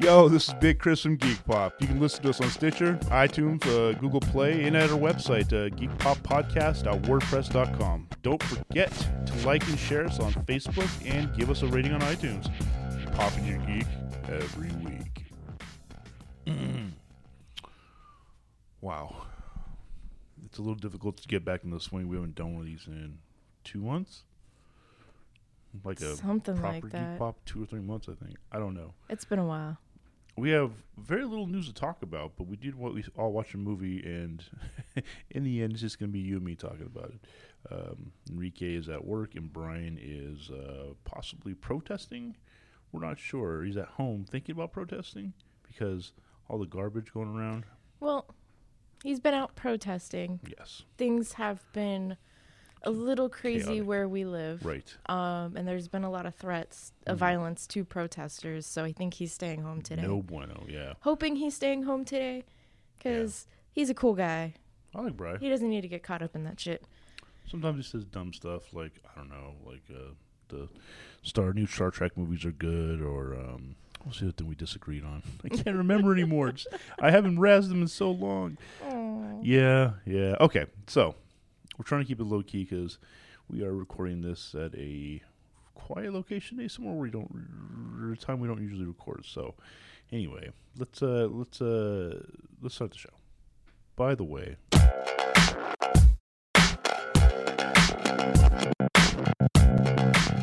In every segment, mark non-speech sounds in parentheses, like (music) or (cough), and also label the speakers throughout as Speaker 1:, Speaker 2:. Speaker 1: Yo, this is Big Chris from Geek Pop. You can listen to us on Stitcher, iTunes, uh, Google Play, and at our website, uh, geekpoppodcast.wordpress.com. Don't forget to like and share us on Facebook and give us a rating on iTunes. Popping your geek every week. (clears throat) wow. It's a little difficult to get back in the swing. We haven't done one of these in two months. Like a
Speaker 2: Something
Speaker 1: proper
Speaker 2: like
Speaker 1: geek
Speaker 2: that.
Speaker 1: pop, two or three months, I think. I don't know.
Speaker 2: It's been a while.
Speaker 1: We have very little news to talk about, but we did what we all watch a movie, and (laughs) in the end, it's just going to be you and me talking about it. Um, Enrique is at work, and Brian is uh, possibly protesting. We're not sure. He's at home thinking about protesting because all the garbage going around.
Speaker 2: Well, he's been out protesting.
Speaker 1: Yes,
Speaker 2: Things have been a little crazy
Speaker 1: Chaotic.
Speaker 2: where we live.
Speaker 1: right. Mm.
Speaker 2: Um, and there's been a lot of threats of violence to protesters. So I think he's staying home today.
Speaker 1: No bueno. Yeah,
Speaker 2: Hoping he's staying home today because he's a cool guy.
Speaker 1: I like Brian.
Speaker 2: He doesn't need to get caught up in that shit.
Speaker 1: Sometimes he says dumb stuff like I don't know, like uh, the Star new Star Trek movies are good, or um, what's the other thing we disagreed on? (laughs) I can't remember anymore. It's- I haven't razzed him in so long. Yeah, yeah. Okay, so we're trying to keep it low key because we are recording this at a quiet location, eh, somewhere where we don't r- r- time we don't usually record. So anyway, let's uh let's uh let's start the show. By the way,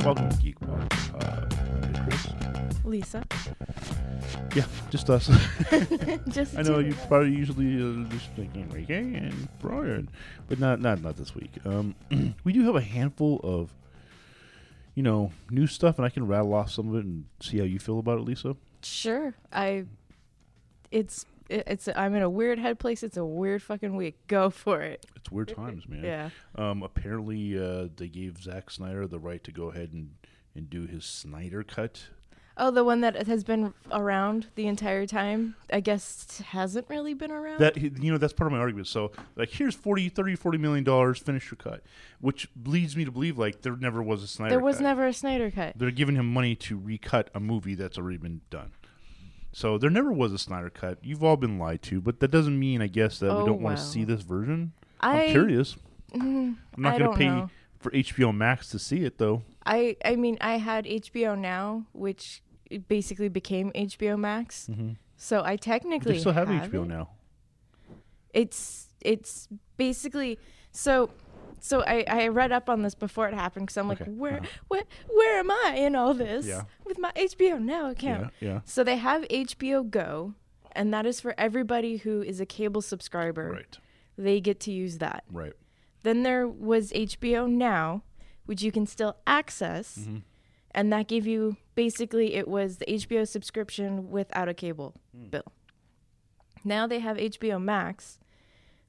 Speaker 1: welcome to Geek Pod. Uh, I'm Chris. (laughs)
Speaker 2: Lisa,
Speaker 1: Yeah, just us.
Speaker 2: just
Speaker 1: I know
Speaker 2: do
Speaker 1: you
Speaker 2: that.
Speaker 1: probably usually uh, just like Enrique and Brian, but not not not this week. Um, (clears throat) we do have a handful of, you know, new stuff, and I can rattle off some of it and see how you feel about it, Lisa.
Speaker 2: Sure, I. It's it, it's I'm in a weird head place. It's a weird fucking week. Go for it.
Speaker 1: It's weird times, man.
Speaker 2: Yeah.
Speaker 1: Um, apparently, uh, they gave Zack Snyder the right to go ahead and and do his Snyder cut.
Speaker 2: Oh, the one that has been around the entire time, I guess hasn't really been around.
Speaker 1: That you know, that's part of my argument. So, like, here's 40, 30, 40 million dollars. Finish your cut, which leads me to believe like there never was a Snyder.
Speaker 2: there was
Speaker 1: cut.
Speaker 2: never a Snyder cut.
Speaker 1: they're giving him money to recut a movie that's already been done. So there never was a Snyder cut. You've all been lied to, but that doesn't mean, I guess, that we
Speaker 2: Oh,
Speaker 1: don't want to
Speaker 2: wow.
Speaker 1: see this version.
Speaker 2: I Mm-hmm.
Speaker 1: am
Speaker 2: (laughs)
Speaker 1: curious. I'm not
Speaker 2: I
Speaker 1: going to
Speaker 2: don't
Speaker 1: pay
Speaker 2: know.
Speaker 1: for HBO Max to see it, though.
Speaker 2: I I mean, I had HBO Now, which it basically became HBO Max. So I technically
Speaker 1: Mm-hmm. They still have,
Speaker 2: have
Speaker 1: HBO
Speaker 2: it.
Speaker 1: now.
Speaker 2: it's it's basically so so I, I read up on this before it happened because I'm like,
Speaker 1: Okay, uh-huh.
Speaker 2: where where where am I in all this
Speaker 1: Yeah.
Speaker 2: with my HBO Now account?
Speaker 1: Yeah, yeah.
Speaker 2: So they have HBO Go, and that is for everybody who is a cable subscriber.
Speaker 1: Right,
Speaker 2: They get to use that.
Speaker 1: right.
Speaker 2: Then there was HBO Now, which you can still access,
Speaker 1: Mm-hmm.
Speaker 2: and that gave you basically it was the HBO subscription without a cable
Speaker 1: Hmm.
Speaker 2: bill. Now they have HBO Max,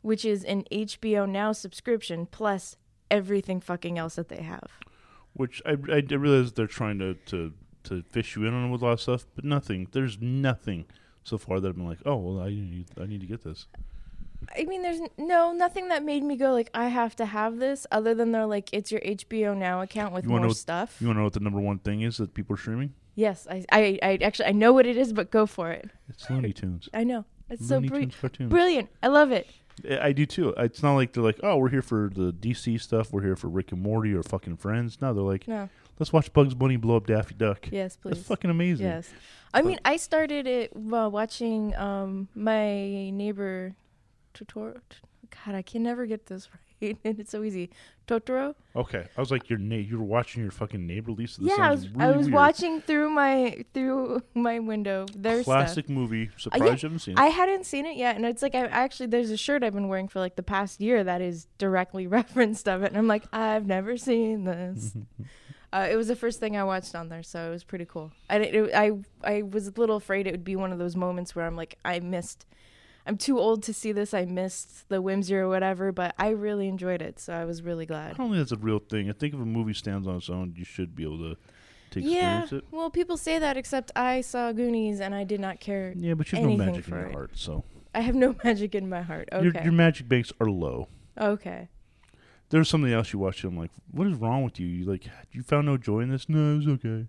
Speaker 2: which is an HBO Now subscription plus everything fucking else that they have.
Speaker 1: Which I, I I realize they're trying to, to, to fish you in on with a lot of stuff, but nothing. There's nothing so far that I've been like, oh, well, I need, I need to get this.
Speaker 2: I mean, there's n- no nothing that made me go like I have to have this, other than they're like it's your HBO Now account with
Speaker 1: You
Speaker 2: more
Speaker 1: wanna know-
Speaker 2: stuff.
Speaker 1: You want to know what the number one thing is that people are streaming?
Speaker 2: yes, I, I, I actually I know what it is, but go for it.
Speaker 1: It's Looney Tunes.
Speaker 2: I know it's
Speaker 1: Looney
Speaker 2: so br-
Speaker 1: Tunes cartoons.
Speaker 2: brilliant. I love it.
Speaker 1: I I do too. It's not like they're like, oh, we're here for the DC stuff. We're here for Rick and Morty or fucking Friends. No, they're like,
Speaker 2: No.
Speaker 1: let's watch Bugs Bunny blow up Daffy Duck.
Speaker 2: Yes,
Speaker 1: That's
Speaker 2: please.
Speaker 1: fucking amazing.
Speaker 2: Yes. I mean, I started it while watching um my neighbor Totoro. T- God, I can never get this (laughs) right. and it's so easy. Totoro?
Speaker 1: Okay, I was like, your na- you were watching your fucking neighbor Lisa. This
Speaker 2: yeah, I
Speaker 1: sounds
Speaker 2: was,
Speaker 1: really
Speaker 2: I was
Speaker 1: weird.
Speaker 2: watching through my through my window. There's
Speaker 1: classic movie.
Speaker 2: Uh,
Speaker 1: Surprised
Speaker 2: yeah,
Speaker 1: you haven't seen it.
Speaker 2: I hadn't seen it yet, and it's like I actually there's a shirt I've been wearing for like the past year that is directly (laughs) referenced of it, and I'm like I've never
Speaker 1: (laughs)
Speaker 2: seen this. uh, it was the first thing I watched on there, so it was pretty cool. I didn't, it, I I was a little afraid it would be one of those moments where I'm like I missed. I'm too old to see this. I missed the whimsy or whatever, but I really enjoyed it, so I was really
Speaker 1: I
Speaker 2: glad.
Speaker 1: don't think that's a real thing. I think if a movie stands on its own, you should be able to, to
Speaker 2: Yeah.
Speaker 1: experience it.
Speaker 2: Well, people say that, except I saw Goonies and I did not care.
Speaker 1: Yeah, but you have no
Speaker 2: Anything
Speaker 1: magic in
Speaker 2: for
Speaker 1: your
Speaker 2: it.
Speaker 1: heart, so
Speaker 2: I have no (laughs) magic in my heart. Okay.
Speaker 1: your, your magic banks are low.
Speaker 2: okay.
Speaker 1: There's something else you watched. And I'm like, what is wrong with you? You like, you found no joy in this? No, it was okay.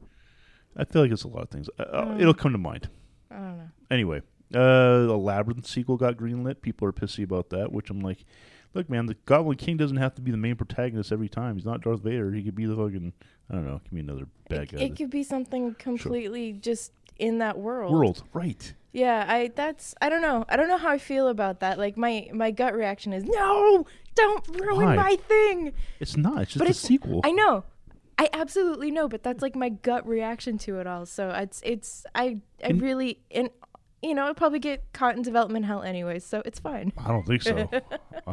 Speaker 1: I feel like it's a lot of things. Uh, uh,
Speaker 2: Mm.
Speaker 1: It'll come to mind.
Speaker 2: Oh.
Speaker 1: Anyway, uh, the Labyrinth sequel got greenlit. People are pissy about that, which I'm like, look, man, the Goblin King doesn't have to be the main protagonist every time. He's not Darth Vader. He could be the fucking, I don't know, he could be another bad
Speaker 2: It,
Speaker 1: guy.
Speaker 2: it could be something completely just in that world.
Speaker 1: World, right.
Speaker 2: Yeah, I that's I don't know. I don't know how I feel about that. Like my my gut reaction is no, don't ruin
Speaker 1: Why?
Speaker 2: my thing.
Speaker 1: It's not. It's just
Speaker 2: But
Speaker 1: a
Speaker 2: it's-
Speaker 1: sequel.
Speaker 2: I know. I absolutely know, but that's like my gut reaction to it all. So it's it's I I
Speaker 1: And-
Speaker 2: really and you know, I probably get caught in development hell anyway, so it's fine.
Speaker 1: I don't think
Speaker 2: (laughs)
Speaker 1: so. I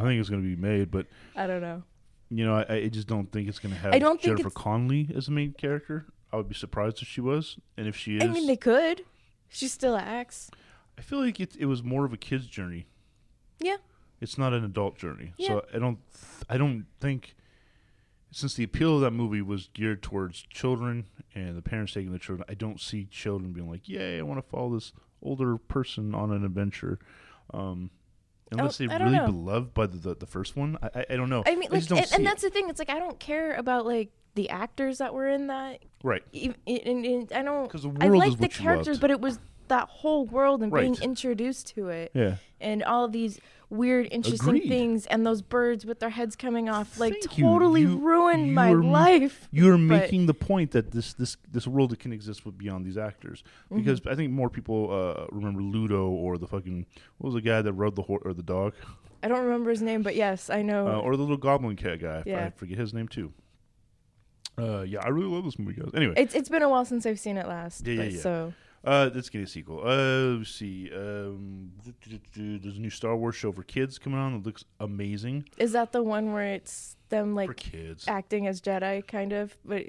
Speaker 1: think it's going to be made, but
Speaker 2: I don't know.
Speaker 1: you know, I, I just don't think it's going to have
Speaker 2: I don't think
Speaker 1: Jennifer
Speaker 2: it's-
Speaker 1: Connelly as the main character. I would be surprised if she was, and if she is,
Speaker 2: I mean, they could. She still acts.
Speaker 1: I feel like it, it was more of a kid's journey.
Speaker 2: Yeah.
Speaker 1: It's not an adult journey.
Speaker 2: Yeah.
Speaker 1: So I don't th- I don't think since the appeal of that movie was geared towards children and the parents taking the children, I don't see children being like, "Yay, I want to follow this older person on an adventure." Um Unless
Speaker 2: Oh,
Speaker 1: they
Speaker 2: I don't
Speaker 1: really
Speaker 2: know.
Speaker 1: beloved by the, the, the first one, I, I, I don't know.
Speaker 2: I mean,
Speaker 1: just
Speaker 2: like,
Speaker 1: don't
Speaker 2: and,
Speaker 1: see
Speaker 2: and
Speaker 1: it.
Speaker 2: that's the thing. It's like I don't care about like the actors that were in that.
Speaker 1: right.
Speaker 2: Even, and, and I don't.
Speaker 1: 'Cause the
Speaker 2: I
Speaker 1: world
Speaker 2: like
Speaker 1: is
Speaker 2: the
Speaker 1: what you
Speaker 2: characters,
Speaker 1: loved.
Speaker 2: but it was that whole world and being
Speaker 1: Right.
Speaker 2: introduced to it,
Speaker 1: Yeah,
Speaker 2: and all these weird, interesting
Speaker 1: Agreed.
Speaker 2: things, and those birds with their heads coming off, like
Speaker 1: Thank you.
Speaker 2: totally
Speaker 1: You-
Speaker 2: ruined
Speaker 1: you
Speaker 2: my
Speaker 1: are m-
Speaker 2: life.
Speaker 1: you are
Speaker 2: But-
Speaker 1: making the point that this this this world can exist with beyond these actors because I think more people uh, remember Ludo or the fucking what was the guy that rode the horse or the dog
Speaker 2: I don't remember his name, but yes, I know.
Speaker 1: uh, or the little goblin cat guy. I
Speaker 2: Yeah.
Speaker 1: forget his name too. Uh, yeah, I really love this movie, guys. Anyway,
Speaker 2: it's it's been a while since I've seen it last.
Speaker 1: Yeah, yeah,
Speaker 2: but
Speaker 1: yeah.
Speaker 2: So
Speaker 1: uh, let's get a sequel. Uh, let's see. Um, there's a new Star Wars show for kids coming on that looks amazing
Speaker 2: is that the one where it's them
Speaker 1: for
Speaker 2: like
Speaker 1: kids.
Speaker 2: acting as Jedi, kind of? But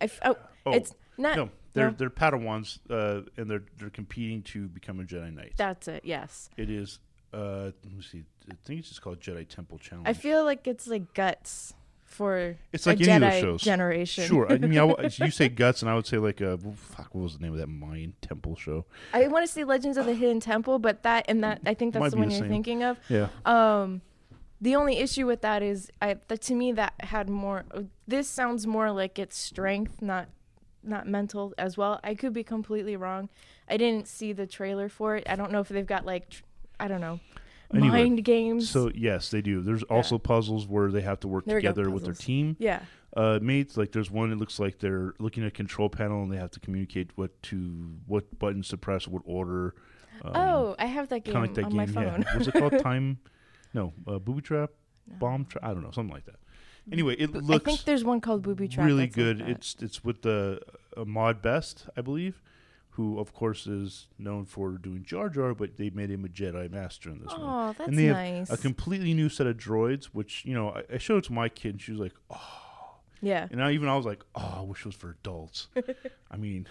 Speaker 2: I f- oh,
Speaker 1: Oh,
Speaker 2: it's not.
Speaker 1: no, they're
Speaker 2: no.
Speaker 1: they're Padawans, uh, and they're they're competing to become a Jedi Knight.
Speaker 2: That's it. Yes.
Speaker 1: It is. Uh, let me see. I think it's just called Jedi Temple Challenge.
Speaker 2: I feel like it's like guts for
Speaker 1: it's
Speaker 2: a
Speaker 1: like any
Speaker 2: Jedi
Speaker 1: of those shows.
Speaker 2: generation.
Speaker 1: Sure. I mean, I w you
Speaker 2: (laughs)
Speaker 1: say guts, and I would say like, uh, well, fuck, what was the name of that Mayan temple show?
Speaker 2: I want to see Legends of the Hidden Temple, but that and that I think
Speaker 1: Might
Speaker 2: that's the
Speaker 1: be
Speaker 2: one
Speaker 1: the
Speaker 2: you're
Speaker 1: same.
Speaker 2: thinking of.
Speaker 1: Yeah.
Speaker 2: Um, the only issue with that is, I that, to me that had more. This sounds more like it's strength, not not mental as well. I could be completely wrong. I didn't see the trailer for it. I don't know if they've got like, tr- I don't know,
Speaker 1: Anyway,
Speaker 2: mind games.
Speaker 1: So um, yes, they do. There's also puzzles where they have to work
Speaker 2: There we go,
Speaker 1: together with their
Speaker 2: puzzles.
Speaker 1: team
Speaker 2: yeah,
Speaker 1: uh, mates. Like there's one. It looks like they're looking at a control panel, and they have to communicate what to what buttons to press, what order. Um,
Speaker 2: oh, I have that game
Speaker 1: kind of like that
Speaker 2: on
Speaker 1: game.
Speaker 2: my phone.
Speaker 1: Yeah. Was it
Speaker 2: (laughs)
Speaker 1: called Time? No, uh, Booby Trap, Bomb Trap. I don't know, something like that. Anyway, it
Speaker 2: I
Speaker 1: looks
Speaker 2: think there's one called Booby Trap.
Speaker 1: really
Speaker 2: that's like
Speaker 1: good.
Speaker 2: that.
Speaker 1: it's it's with the uh, Mod Best, I believe, who of course is known for doing Jar Jar, but they made him a Jedi Master in this one.
Speaker 2: oh, that's
Speaker 1: and they
Speaker 2: nice.
Speaker 1: have a completely new set of droids, which you know I, I showed it to my kid, and she was like, "Oh!"
Speaker 2: yeah,
Speaker 1: And I, even I was like, "Oh, I wish it was for
Speaker 2: (laughs)
Speaker 1: adults." I mean,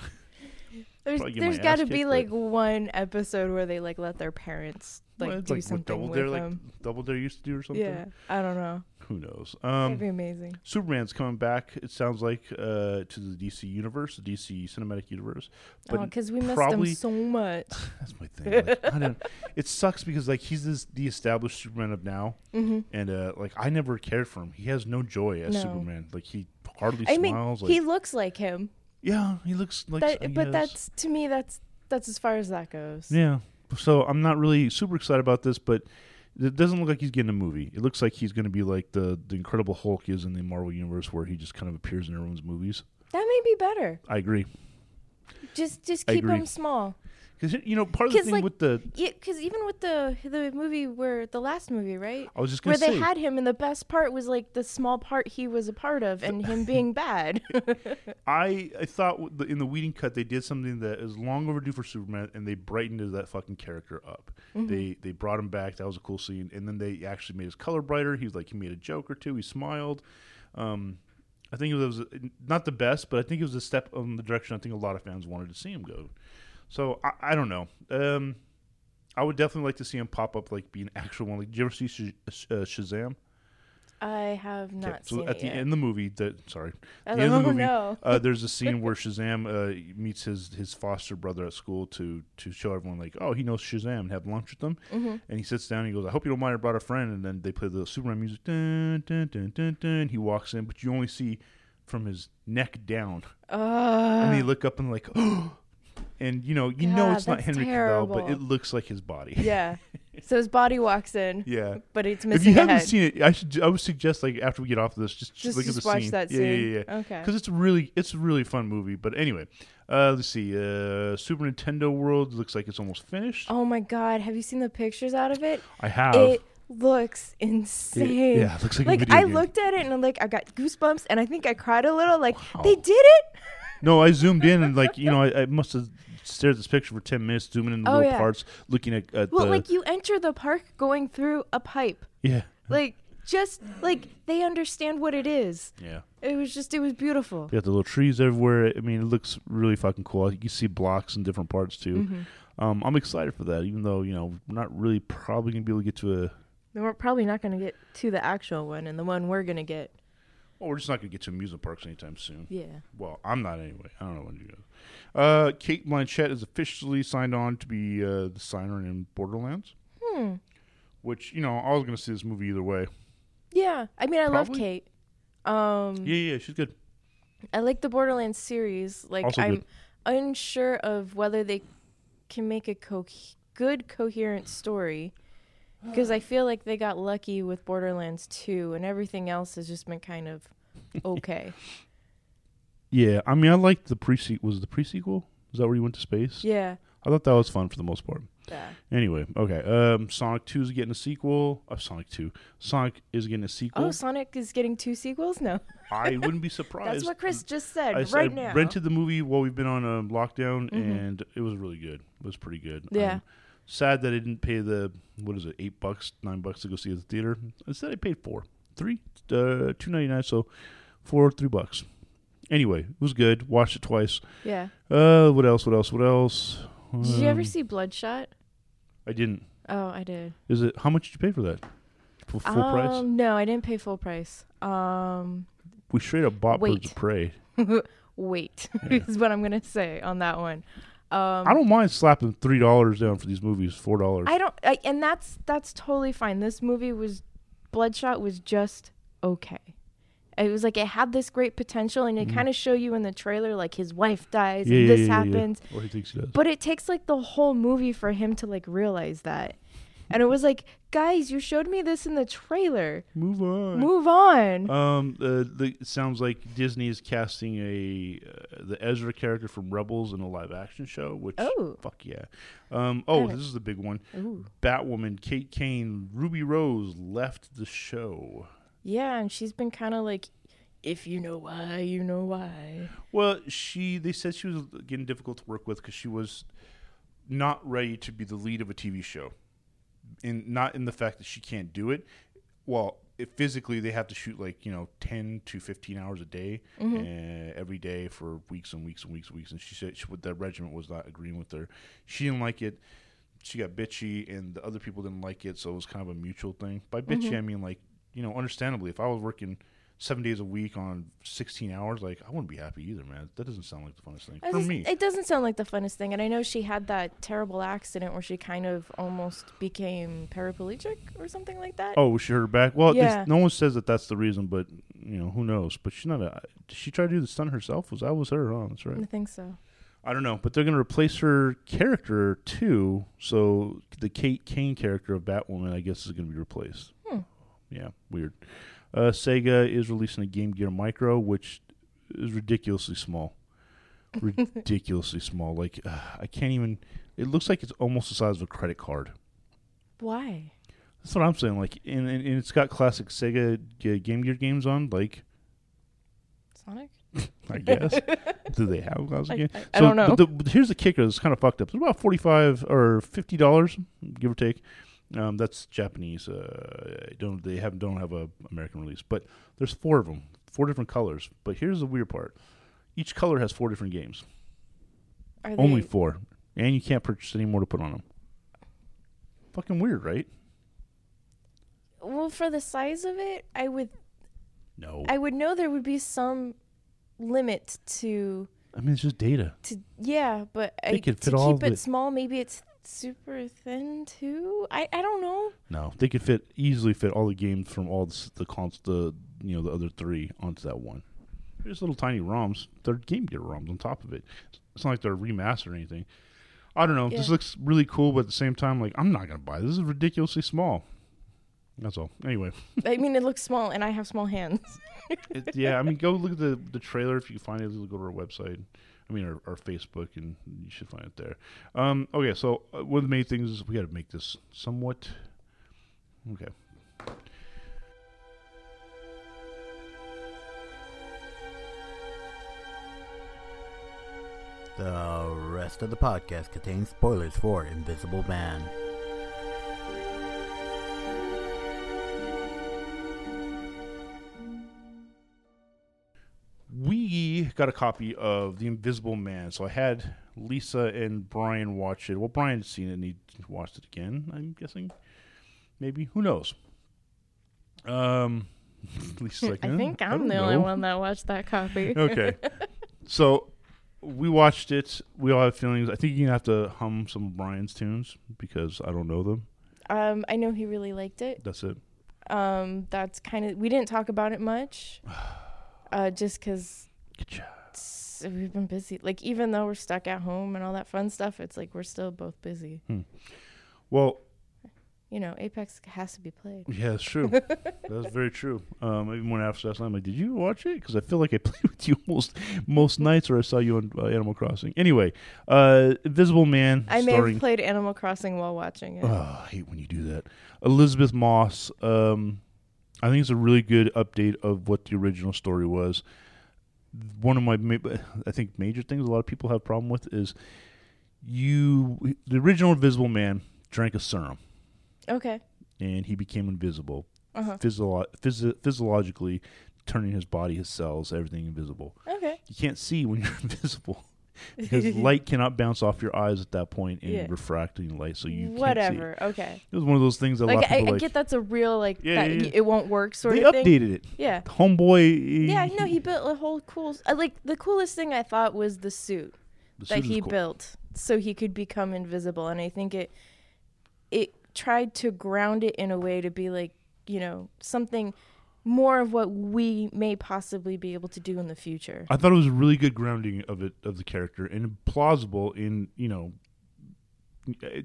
Speaker 1: (laughs)
Speaker 2: there's
Speaker 1: probably get
Speaker 2: there's
Speaker 1: my
Speaker 2: got to
Speaker 1: ass
Speaker 2: be
Speaker 1: kicked,
Speaker 2: like
Speaker 1: but-
Speaker 2: one episode where they like let their parents like
Speaker 1: well, it's
Speaker 2: do
Speaker 1: like what
Speaker 2: something
Speaker 1: Double
Speaker 2: with
Speaker 1: Dare,
Speaker 2: them.
Speaker 1: like Double Dare used to do or something.
Speaker 2: yeah, I don't know.
Speaker 1: Who knows?
Speaker 2: That'd
Speaker 1: Um,
Speaker 2: be amazing.
Speaker 1: Superman's coming back. It sounds like uh, to the DC universe, the DC cinematic universe. But
Speaker 2: Oh, because we missed
Speaker 1: probably-
Speaker 2: him so much.
Speaker 1: that's my thing. Like, I don't, it sucks because like he's this, the established Superman of now,
Speaker 2: hmm
Speaker 1: and uh, like I never cared for him. He has no joy as
Speaker 2: No.
Speaker 1: Superman. Like he hardly
Speaker 2: I mean,
Speaker 1: smiles. like,
Speaker 2: he looks like him,
Speaker 1: yeah, he looks like.
Speaker 2: that,
Speaker 1: I
Speaker 2: but
Speaker 1: guess.
Speaker 2: that's to me that's that's as far as that goes.
Speaker 1: yeah. So I'm not really super excited about this, but it doesn't look like he's getting a movie. It looks like he's going to be like the the Incredible Hulk is in the Marvel universe, where he just kind of appears in everyone's movies.
Speaker 2: That may be better.
Speaker 1: I agree.
Speaker 2: Just just
Speaker 1: I
Speaker 2: keep
Speaker 1: agree.
Speaker 2: him small.
Speaker 1: Because you know, part of the
Speaker 2: 'Cause,
Speaker 1: thing
Speaker 2: like,
Speaker 1: with the
Speaker 2: Because even with the the movie where the last movie, right?
Speaker 1: I was just
Speaker 2: Where
Speaker 1: gonna say
Speaker 2: they had him, and the best part was like the small part he was a part of,
Speaker 1: (laughs)
Speaker 2: and him being bad. (laughs)
Speaker 1: I I thought w- the, in the Whedon cut they did something that is long overdue for Superman, and they brightened that fucking character up. They they brought him back. That was a cool scene, and then they actually made his color brighter. He was like he made a joke or two. He smiled. Um, I think it was uh, not the best, but I think it was a step in the direction I think a lot of fans wanted to see him go. So I, I don't know. Um, I would definitely like to see him pop up like be an actual one. Like, did you ever see Sh- uh, Shazam?
Speaker 2: I have
Speaker 1: Okay,
Speaker 2: not
Speaker 1: so
Speaker 2: seen
Speaker 1: at
Speaker 2: it
Speaker 1: the
Speaker 2: yet.
Speaker 1: end of the movie, that sorry,
Speaker 2: I
Speaker 1: at the end of
Speaker 2: don't
Speaker 1: the movie,
Speaker 2: know.
Speaker 1: uh, there's a scene where (laughs) Shazam uh, meets his his foster brother at school to to show everyone like, oh, he knows Shazam, and have lunch with them,
Speaker 2: Mm-hmm.
Speaker 1: and he sits down, and he goes, I hope you don't mind, I brought a friend, and then they play the Superman music, dun, dun, dun, dun, dun. he walks in, but you only see from his neck down,
Speaker 2: Uh,
Speaker 1: and they look up and like, (gasps) oh, and you know, you know
Speaker 2: God,
Speaker 1: it's not
Speaker 2: that's
Speaker 1: Henry Cavill,
Speaker 2: terrible.
Speaker 1: but it looks like his body. (laughs)
Speaker 2: Yeah. so his body walks in,
Speaker 1: yeah.
Speaker 2: but it's
Speaker 1: If
Speaker 2: missing
Speaker 1: you
Speaker 2: a
Speaker 1: haven't
Speaker 2: head.
Speaker 1: seen it, I should. I would suggest like after we get off of this, just,
Speaker 2: just
Speaker 1: look
Speaker 2: just
Speaker 1: at the
Speaker 2: watch
Speaker 1: scene.
Speaker 2: that
Speaker 1: yeah,
Speaker 2: scene.
Speaker 1: yeah, yeah,
Speaker 2: Okay.
Speaker 1: Because it's really, it's a really fun movie. But anyway, uh, let's see. Uh, Super Nintendo World looks like it's almost finished.
Speaker 2: Oh my God! Have you seen the pictures out of it?
Speaker 1: I have.
Speaker 2: It looks insane.
Speaker 1: yeah, it looks like, a
Speaker 2: Like
Speaker 1: video
Speaker 2: I
Speaker 1: game.
Speaker 2: looked at it and I'm like I got goosebumps and I think I cried a little. Like they
Speaker 1: Wow.
Speaker 2: did it.
Speaker 1: (laughs) No, I zoomed in and like you
Speaker 2: (laughs)
Speaker 1: know, I, I must have stared at this picture for ten minutes, zooming in the
Speaker 2: Oh,
Speaker 1: little
Speaker 2: yeah.
Speaker 1: parts, looking at, at
Speaker 2: Well,
Speaker 1: the
Speaker 2: like you enter the park going through a pipe.
Speaker 1: yeah,
Speaker 2: Like just like they understand what it is.
Speaker 1: yeah.
Speaker 2: It was just it was beautiful.
Speaker 1: They got the little trees everywhere. I mean, it looks really fucking cool. You can see blocks in different parts too.
Speaker 2: Mm-hmm.
Speaker 1: Um, I'm excited for that, even though you know we're not really probably gonna be able to get to a.
Speaker 2: Then We're probably not going to get to the actual one and the one we're going to get.
Speaker 1: Well, we're just not gonna get to amusement parks anytime soon.
Speaker 2: Yeah.
Speaker 1: Well, I'm not anyway. I don't know when you guys. Uh, Kate Blanchett is officially signed on to be uh, the signer in Borderlands.
Speaker 2: Hmm.
Speaker 1: Which you know, I was gonna see this movie either way.
Speaker 2: Yeah. I mean, I love
Speaker 1: Probably.
Speaker 2: Kate. Um
Speaker 1: Yeah, yeah, she's good.
Speaker 2: I like the Borderlands series. Like
Speaker 1: Also
Speaker 2: I'm
Speaker 1: good.
Speaker 2: unsure of whether they can make a co- good coherent story because I feel like they got lucky with Borderlands 2 and everything else has just been
Speaker 1: (laughs)
Speaker 2: kind of okay.
Speaker 1: Yeah, I mean, I liked the pre sequel. Was it the pre sequel? Is that where you went to space?
Speaker 2: yeah.
Speaker 1: I thought that was fun for the most part.
Speaker 2: Yeah.
Speaker 1: Anyway, okay. Um, Sonic Two is getting a sequel. Uh, Sonic Two, Sonic is getting a sequel.
Speaker 2: Oh, Sonic is getting two sequels? No.
Speaker 1: I wouldn't be (laughs)
Speaker 2: That's
Speaker 1: surprised.
Speaker 2: what Chris just
Speaker 1: I,
Speaker 2: said
Speaker 1: s- I
Speaker 2: right now. Mm-hmm.
Speaker 1: rented the movie while we've been on um, lockdown, and it was really good. It was pretty good.
Speaker 2: Yeah.
Speaker 1: I'm sad that I didn't pay the what is it, eight bucks, nine bucks to go see it at the theater. Instead, I paid four, three, uh, two ninety nine. So, four, or three bucks. Anyway, it was good. Watched it twice.
Speaker 2: yeah.
Speaker 1: Uh, what else? What else? What else?
Speaker 2: Did you ever
Speaker 1: Um,
Speaker 2: see Bloodshot?
Speaker 1: I didn't.
Speaker 2: Oh, I did.
Speaker 1: Is it how much did you pay for that? Full, full
Speaker 2: um,
Speaker 1: price.
Speaker 2: No, I didn't pay full price. Um,
Speaker 1: We straight up bought
Speaker 2: wait.
Speaker 1: Birds of Prey.
Speaker 2: wait (laughs) is what I'm gonna say on that one. Um,
Speaker 1: I don't mind slapping three dollars down for these movies. Four dollars.
Speaker 2: I don't, I, and that's that's totally fine. This movie was, Bloodshot was just okay. It was like it had this great potential, and they kind of show you in the trailer like his wife dies, and this happens,
Speaker 1: Or he thinks he does.
Speaker 2: but it takes like the whole movie for him to like realize that. And it was like, guys, you showed me this in the trailer.
Speaker 1: Move on.
Speaker 2: Move on.
Speaker 1: Um, uh, the, it sounds like Disney is casting a uh, the Ezra character from Rebels in a live action show. Which
Speaker 2: Oh.
Speaker 1: fuck yeah. Um, oh,
Speaker 2: Got it.
Speaker 1: this is the big one.
Speaker 2: Ooh.
Speaker 1: Batwoman, Kate Kane, Ruby Rose left the show.
Speaker 2: Yeah, and she's been kind of like, if you know why, you know why.
Speaker 1: Well, she they said she was getting difficult to work with because she was not ready to be the lead of a TV show, and not in the fact that she can't do it. Well, it, physically they have to shoot like you know ten to fifteen hours a day
Speaker 2: Mm-hmm.
Speaker 1: uh, every day for weeks and weeks and weeks and weeks. And she said she, what that regiment was not agreeing with her. She didn't like it. She got bitchy, and the other people didn't like it. So it was kind of a mutual thing. By bitchy,
Speaker 2: Mm-hmm.
Speaker 1: I mean like you know, understandably, if I was working seven days a week on 16 hours, like I wouldn't be happy either, man. That doesn't sound like the funnest thing
Speaker 2: I
Speaker 1: for
Speaker 2: just-
Speaker 1: me.
Speaker 2: It doesn't sound like the funnest thing. And I know she had that terrible accident where she kind of almost became paraplegic or something like that.
Speaker 1: oh, was she hurt her back? Well, it's-
Speaker 2: Yeah.
Speaker 1: no one says that that's the reason, but you know, who knows? But she's not a. Did she try to do the stunt herself? Was that was her? Huh? That's
Speaker 2: I
Speaker 1: right.
Speaker 2: think so.
Speaker 1: I don't know, but they're gonna replace her character too. So the Kate Kane character of Batwoman, I guess, is gonna be replaced.
Speaker 2: Hmm.
Speaker 1: Yeah, weird. Uh, Sega is releasing a Game Gear Micro, which is ridiculously
Speaker 2: (laughs)
Speaker 1: small. ridiculously small. Like uh, I can't even. It looks like it's almost the size of a credit card.
Speaker 2: Why?
Speaker 1: That's what I'm saying. Like, and, and, and it's got classic Sega G- Game Gear games on. Like,
Speaker 2: Sonic?
Speaker 1: I guess
Speaker 2: (laughs)
Speaker 1: do they have classic
Speaker 2: I,
Speaker 1: games?
Speaker 2: I- I don't know.
Speaker 1: But the, but here's the kicker: it's kind of fucked up. It's about forty-five or fifty dollars, give or take. Um, that's Japanese. Uh, don't they have don't have a American release? But there's four of them, four different colors. But here's the weird part: each color has four different games.
Speaker 2: Are
Speaker 1: Only
Speaker 2: they-
Speaker 1: four, and you can't purchase any more to put on them. Fucking weird, right?
Speaker 2: well, for the size of it, I would
Speaker 1: No, I,
Speaker 2: I would know there would be some limit to
Speaker 1: mean it's just data.
Speaker 2: to yeah, but I,
Speaker 1: They could
Speaker 2: to
Speaker 1: fit all
Speaker 2: keep
Speaker 1: of
Speaker 2: it
Speaker 1: it.
Speaker 2: small, maybe it's super thin too. I I don't know.
Speaker 1: No, they could fit easily fit all the games from all the, s- the cons the you know the other three onto that one. There's little tiny ROMs. They're Game Gear ROMs on top of it. it's not like they're remastered or anything. I don't know. This
Speaker 2: Yeah.
Speaker 1: looks really cool, but at the same time, like I'm not gonna buy it. this. Is ridiculously small. That's all. Anyway,
Speaker 2: I mean, it looks small, and I have small hands.
Speaker 1: it, yeah. I mean, go look at the the trailer if you find it. Go to our website. I mean, our, our Facebook, and you should find it there. Um, okay, so uh, one of the main things is we got to make this somewhat. Okay.
Speaker 3: The rest of the podcast contains spoilers for Invisible Man.
Speaker 1: we got a copy of The Invisible Man. So I had Lisa and Brian watch it. Well, Brian had seen it and he watched it again, I'm guessing. Maybe. Who knows? Um, (laughs) Lisa's like,
Speaker 2: I
Speaker 1: "Eh,
Speaker 2: think
Speaker 1: don't
Speaker 2: I'm the only
Speaker 1: know."
Speaker 2: one that watched that copy.
Speaker 1: (laughs) Okay. so we watched it. We all have feelings. I think you're going to have to hum some of Brian's tunes because I don't know them.
Speaker 2: Um, I know he really liked it.
Speaker 1: That's it.
Speaker 2: Um, that's kind of we didn't talk about
Speaker 1: (sighs)
Speaker 2: it much, uh, just because
Speaker 1: Good job.
Speaker 2: we've been busy. Like even though we're stuck at home and all that fun stuff, it's like we're still both busy.
Speaker 1: Well,
Speaker 2: You know, Apex has to be played.
Speaker 1: Yeah, it's
Speaker 2: (laughs)
Speaker 1: true. That's very true. Um, even when after last night, I'm like, "Did you watch it?" Because I feel like I (laughs) played with you most most nights, or I saw you on uh, Animal Crossing. Anyway, uh, Invisible Man,
Speaker 2: I may
Speaker 1: starring.
Speaker 2: have played Animal Crossing while watching it.
Speaker 1: Ugh, I hate when you do that. Elizabeth Moss. Um, I think it's a really good update of what the original story was. One of my, ma- I think, major things a lot of people have problem with is you. The original Invisible Man drank a serum
Speaker 2: Okay.
Speaker 1: and he became invisible
Speaker 2: Uh-huh.
Speaker 1: physio- physio- physiologically turning his body his cells everything invisible
Speaker 2: Okay.
Speaker 1: you can't see when you're (laughs)
Speaker 2: (laughs)
Speaker 1: invisible because light cannot bounce off your eyes at that point and
Speaker 2: Yeah.
Speaker 1: refracting light so you can't
Speaker 2: Whatever. Okay.
Speaker 1: see it was one of those things that a lot
Speaker 2: Like
Speaker 1: of
Speaker 2: I,
Speaker 1: people
Speaker 2: I
Speaker 1: like
Speaker 2: get that's a real like
Speaker 1: Yeah,
Speaker 2: that
Speaker 1: yeah, yeah.
Speaker 2: it won't work sort
Speaker 1: they
Speaker 2: of thing.
Speaker 1: updated it
Speaker 2: Yeah.
Speaker 1: homeboy
Speaker 2: Yeah, no, he built a whole cool. I like the coolest thing I thought was the suit
Speaker 1: the suit
Speaker 2: that
Speaker 1: is
Speaker 2: he
Speaker 1: cool.
Speaker 2: built so he could become invisible, and I think it it tried to ground it in a way to be like you know something more of what we may possibly be able to do in the future.
Speaker 1: I thought it was a really good grounding of it of the character and plausible in you know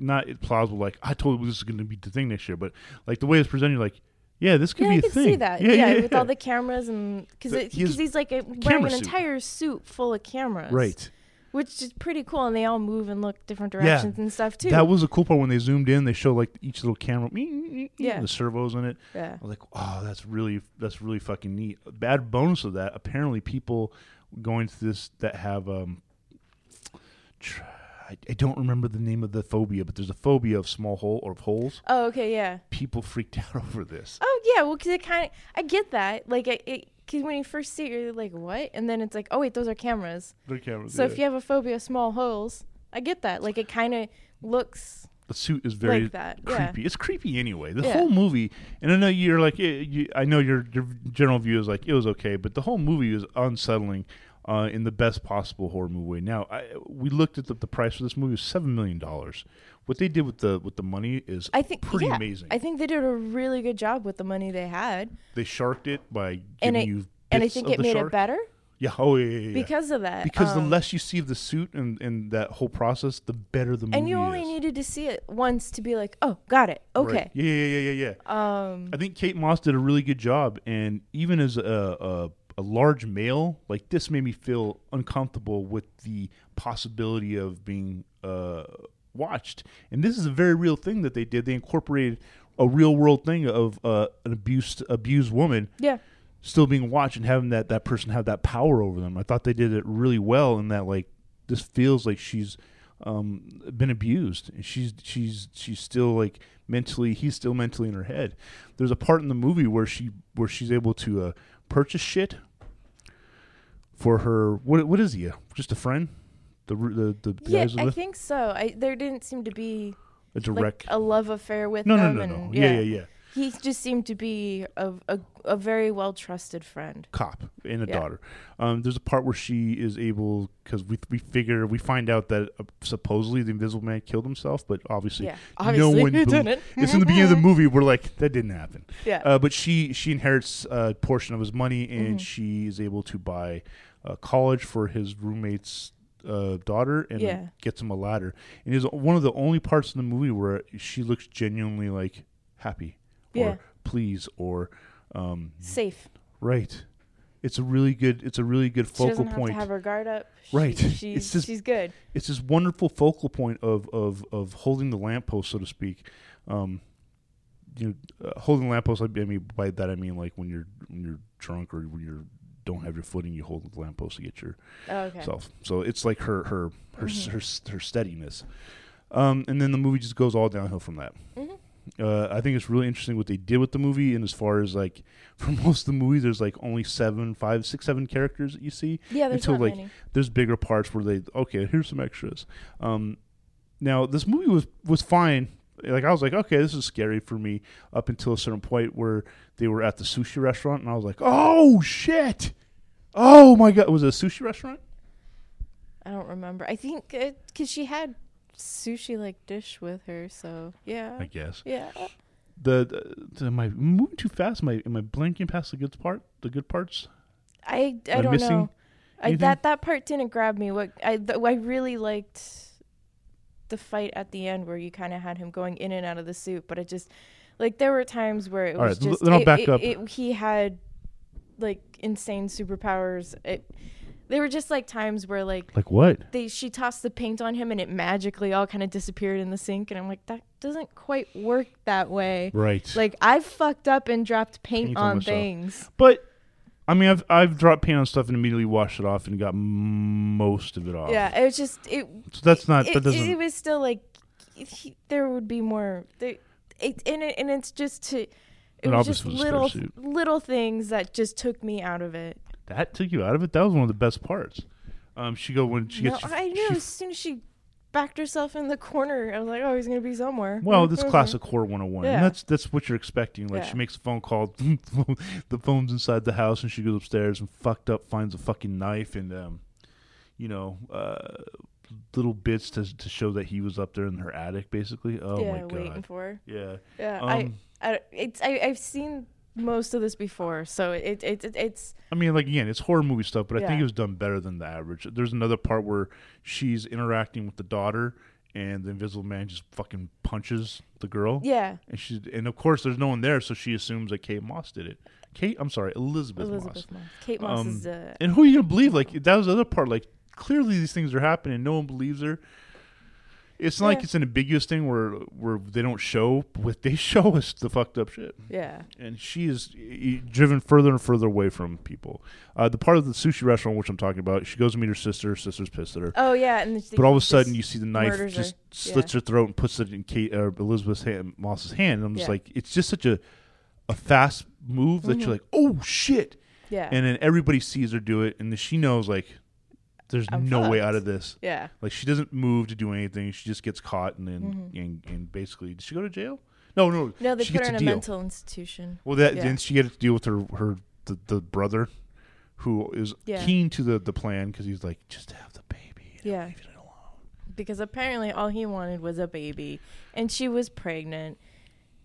Speaker 1: not plausible like I told you this is going to be the thing next year, but like the way it's presented, you're like yeah, this could
Speaker 2: yeah,
Speaker 1: be
Speaker 2: I
Speaker 1: a
Speaker 2: could
Speaker 1: thing.
Speaker 2: see that. Yeah, with all
Speaker 1: yeah.
Speaker 2: the cameras and because
Speaker 1: The- his
Speaker 2: because he's like a, wearing
Speaker 1: camera
Speaker 2: an
Speaker 1: suit.
Speaker 2: entire suit full of cameras,
Speaker 1: right.
Speaker 2: Which is pretty cool, and they all move and look different directions and stuff too.
Speaker 1: That was a cool part when they zoomed in. They showed like each little camera, yeah,
Speaker 2: Yeah.
Speaker 1: the servos in it.
Speaker 2: yeah.
Speaker 1: I was like, oh, that's really that's really fucking neat. A Bad bonus of that. Apparently, people going to this that have um, tr- I, I don't remember the name of the phobia, but there's a phobia of small hole or of holes.
Speaker 2: Oh, okay, yeah.
Speaker 1: People freaked (laughs) out over this.
Speaker 2: Oh yeah, well, because it kind of I get that. Like it, it because when you first see it, you're like, what? And then it's like, oh wait, those are cameras.
Speaker 1: Their cameras.
Speaker 2: So if you have a phobia of small holes, I get that. Like it kind of looks
Speaker 1: the suit is very
Speaker 2: like that, yeah.
Speaker 1: creepy. It's creepy anyway. The
Speaker 2: Yeah.
Speaker 1: whole movie, and I know you're like, eh, you, I know your your general view is like it was okay, but the whole movie is unsettling uh, in the best possible horror movie way. Now, I, we looked at the, the price for this movie was seven million dollars. What they did with the with the money is
Speaker 2: I think
Speaker 1: pretty
Speaker 2: yeah,
Speaker 1: amazing.
Speaker 2: I think they did a really good job with the money they had,
Speaker 1: they sharked it by giving
Speaker 2: and it
Speaker 1: you
Speaker 2: and I
Speaker 1: bits
Speaker 2: think
Speaker 1: of
Speaker 2: it
Speaker 1: the
Speaker 2: made
Speaker 1: shark.
Speaker 2: it better
Speaker 1: Yeah, oh yeah, yeah, yeah.
Speaker 2: because of that.
Speaker 1: Because the
Speaker 2: Um,
Speaker 1: less you see of the suit and, and that whole process, the better the movie
Speaker 2: and you only
Speaker 1: is.
Speaker 2: needed to see it once to be like, oh, got it.
Speaker 1: Right.
Speaker 2: Okay.
Speaker 1: Yeah, yeah, yeah, yeah, yeah.
Speaker 2: Um.
Speaker 1: I think Kate Moss did a really good job, and even as a, a a large male, like this made me feel uncomfortable with the possibility of being uh, watched. And this is a very real thing that they did. They incorporated a real world thing of uh, an abused abused woman
Speaker 2: Yeah.
Speaker 1: still being watched and having that that person have that power over them. I thought they did it really well in that like this feels like she's um, been abused and she's she's she's still like mentally he's still mentally in her head. There's a part in the movie where she where she's able to uh, purchase shit for her what what is he uh, just a friend the r- the the, the
Speaker 2: Yeah,
Speaker 1: guys
Speaker 2: I
Speaker 1: with
Speaker 2: think so. I there didn't seem to be
Speaker 1: a
Speaker 2: like
Speaker 1: direct
Speaker 2: a love affair with
Speaker 1: no no
Speaker 2: them.
Speaker 1: no no
Speaker 2: and,
Speaker 1: yeah yeah yeah
Speaker 2: He just seemed to be a a, a very well trusted friend.
Speaker 1: cop and a
Speaker 2: Yeah.
Speaker 1: daughter. Um, there's a part where she is able because we we figure we find out that uh, supposedly the Invisible Man killed himself, but obviously,
Speaker 2: Yeah, obviously
Speaker 1: no one
Speaker 2: (laughs) he
Speaker 1: believed-
Speaker 2: didn't.
Speaker 1: It's in the beginning of the
Speaker 2: Mm-hmm.
Speaker 1: movie. We're like that didn't happen.
Speaker 2: (laughs) Yeah.
Speaker 1: Uh, but she she inherits a portion of his money and she is able to buy uh, college for his roommate's uh, daughter and
Speaker 2: Yeah.
Speaker 1: gets him a ladder. And it's one of the only parts in the movie where she looks genuinely like happy or
Speaker 2: Yeah.
Speaker 1: pleased or um,
Speaker 2: Safe.
Speaker 1: right. It's a really good. It's a really good
Speaker 2: she
Speaker 1: focal
Speaker 2: doesn't have
Speaker 1: point.
Speaker 2: to have her guard up. She-
Speaker 1: Right. It's
Speaker 2: she's
Speaker 1: just-
Speaker 2: she's good.
Speaker 1: it's this wonderful focal point of of of holding the lamppost, so to speak. Um, you know, uh, holding the lamppost. I mean, by that I mean like when you're when you're drunk or when you're don't have your footing, you hold the lamppost to get your
Speaker 2: Oh, okay.
Speaker 1: self. So it's like her her her
Speaker 2: Mm-hmm.
Speaker 1: s her, s- her steadiness. Um, and then the movie just goes all downhill from that.
Speaker 2: Mhm.
Speaker 1: Uh, I think it's really interesting what they did with the movie, and as far as like (laughs) for most of the movie, there's like only seven, five, six, seven characters that you see
Speaker 2: yeah, there's
Speaker 1: until,
Speaker 2: not
Speaker 1: like,
Speaker 2: many.
Speaker 1: there's bigger parts where they okay here's some extras um now this movie was was fine like i was like okay this is scary for me up until a certain point where they were at the sushi restaurant and i was like oh shit oh my god was it a sushi restaurant
Speaker 2: I don't remember. I think because she had sushi like dish with her, so yeah,
Speaker 1: i guess
Speaker 2: yeah.
Speaker 1: the, the, the- am i moving too fast am i am i blinking past the good part the good parts
Speaker 2: I I
Speaker 1: Am I
Speaker 2: don't
Speaker 1: missing
Speaker 2: know. I,
Speaker 1: anything?
Speaker 2: that that part didn't grab me. What I th- I really liked the fight at the end where you kind of had him going in and out of the suit, but it just like there were times where it
Speaker 1: All
Speaker 2: was
Speaker 1: right, l-
Speaker 2: just
Speaker 1: then I'll
Speaker 2: it-
Speaker 1: back
Speaker 2: it-
Speaker 1: up.
Speaker 2: it- he had like insane superpowers. It, there were just like times where like
Speaker 1: like what
Speaker 2: they she tossed the paint on him and it magically all kind of disappeared in the sink and I'm like that doesn't quite work that way.
Speaker 1: right
Speaker 2: Like I've fucked up and dropped paint,
Speaker 1: Paint on
Speaker 2: on
Speaker 1: myself.
Speaker 2: things.
Speaker 1: but I mean, I've I've dropped paint on stuff and immediately washed it off and got most of it off.
Speaker 2: Yeah, it was just it.
Speaker 1: So that's not
Speaker 2: it,
Speaker 1: that doesn't.
Speaker 2: It, was still like he, there would be more. There, it, and it, and it's just to. It
Speaker 1: And
Speaker 2: was
Speaker 1: obviously it was a
Speaker 2: just
Speaker 1: spare
Speaker 2: little
Speaker 1: suit.
Speaker 2: little things that just took me out of it.
Speaker 1: that took you out of it. That was one of the best parts. Um, she go when she
Speaker 2: No,
Speaker 1: gets.
Speaker 2: I
Speaker 1: she-
Speaker 2: knew as soon as she backed herself in the corner, I was like, oh, he's gonna be somewhere. Mm-hmm.
Speaker 1: well, this classic horror 101.
Speaker 2: Yeah.
Speaker 1: And that's that's what you're expecting. Like
Speaker 2: Yeah.
Speaker 1: she makes a phone call, (laughs) the phone's inside the house, and she goes upstairs and fucked up finds a fucking knife and um, you know, uh, little bits to to show that he was up there in her attic, basically. Oh
Speaker 2: yeah,
Speaker 1: my god.
Speaker 2: waiting for. Her.
Speaker 1: Yeah.
Speaker 2: Yeah, I,
Speaker 1: Um,
Speaker 2: I, it's I, I've seen most of this before, so it, it, it it's
Speaker 1: I mean, like again, it's horror movie stuff, but I think
Speaker 2: Yeah.
Speaker 1: it was done better than the average. There's another part where she's interacting with the daughter, and the Invisible Man just fucking punches the girl.
Speaker 2: yeah.
Speaker 1: And she and of course there's no one there, so she assumes that Kate Moss did it. Kate, I'm sorry, Elizabeth,
Speaker 2: Elizabeth
Speaker 1: Moss.
Speaker 2: Moss, Kate Moss
Speaker 1: Um,
Speaker 2: is the
Speaker 1: And who are you gonna believe? Like that was the other part. Like clearly these things are happening. No one believes her. It's not like
Speaker 2: Yeah.
Speaker 1: it's an ambiguous thing where where they don't show what they (laughs) show us the fucked up shit
Speaker 2: yeah.
Speaker 1: and she is eh, driven further and further away from people. Uh, the part of the sushi restaurant, which I'm talking about, she goes to meet her sister. Her sister's pissed at her,
Speaker 2: Oh yeah, and it's the-
Speaker 1: but all of a
Speaker 2: just-
Speaker 1: sudden you see the knife
Speaker 2: murders her.
Speaker 1: just slits her throat and puts it in Kate uh, Elizabeth's hand, Moss's hand. And I'm just
Speaker 2: Yeah. Mm-hmm.
Speaker 1: like, it's just such a a fast move that you're like, oh shit!
Speaker 2: yeah,
Speaker 1: And then everybody sees her do it, and then she knows like, there's
Speaker 2: I'm
Speaker 1: no way
Speaker 2: fucked.
Speaker 1: out of this.
Speaker 2: yeah.
Speaker 1: Like she doesn't move to do anything. She just gets caught, and then
Speaker 2: Mm-hmm.
Speaker 1: and, and basically, did she go to jail? No, no,
Speaker 2: No, they
Speaker 1: she
Speaker 2: put
Speaker 1: gets
Speaker 2: her in a
Speaker 1: deal.
Speaker 2: mental institution.
Speaker 1: Well, that
Speaker 2: Yeah.
Speaker 1: then she had to deal with her her the, the brother, who is
Speaker 2: Yeah.
Speaker 1: keen to the the plan because he's like just have the baby. And
Speaker 2: Yeah.
Speaker 1: leave it alone.
Speaker 2: Because apparently all he wanted was a baby, and she was pregnant.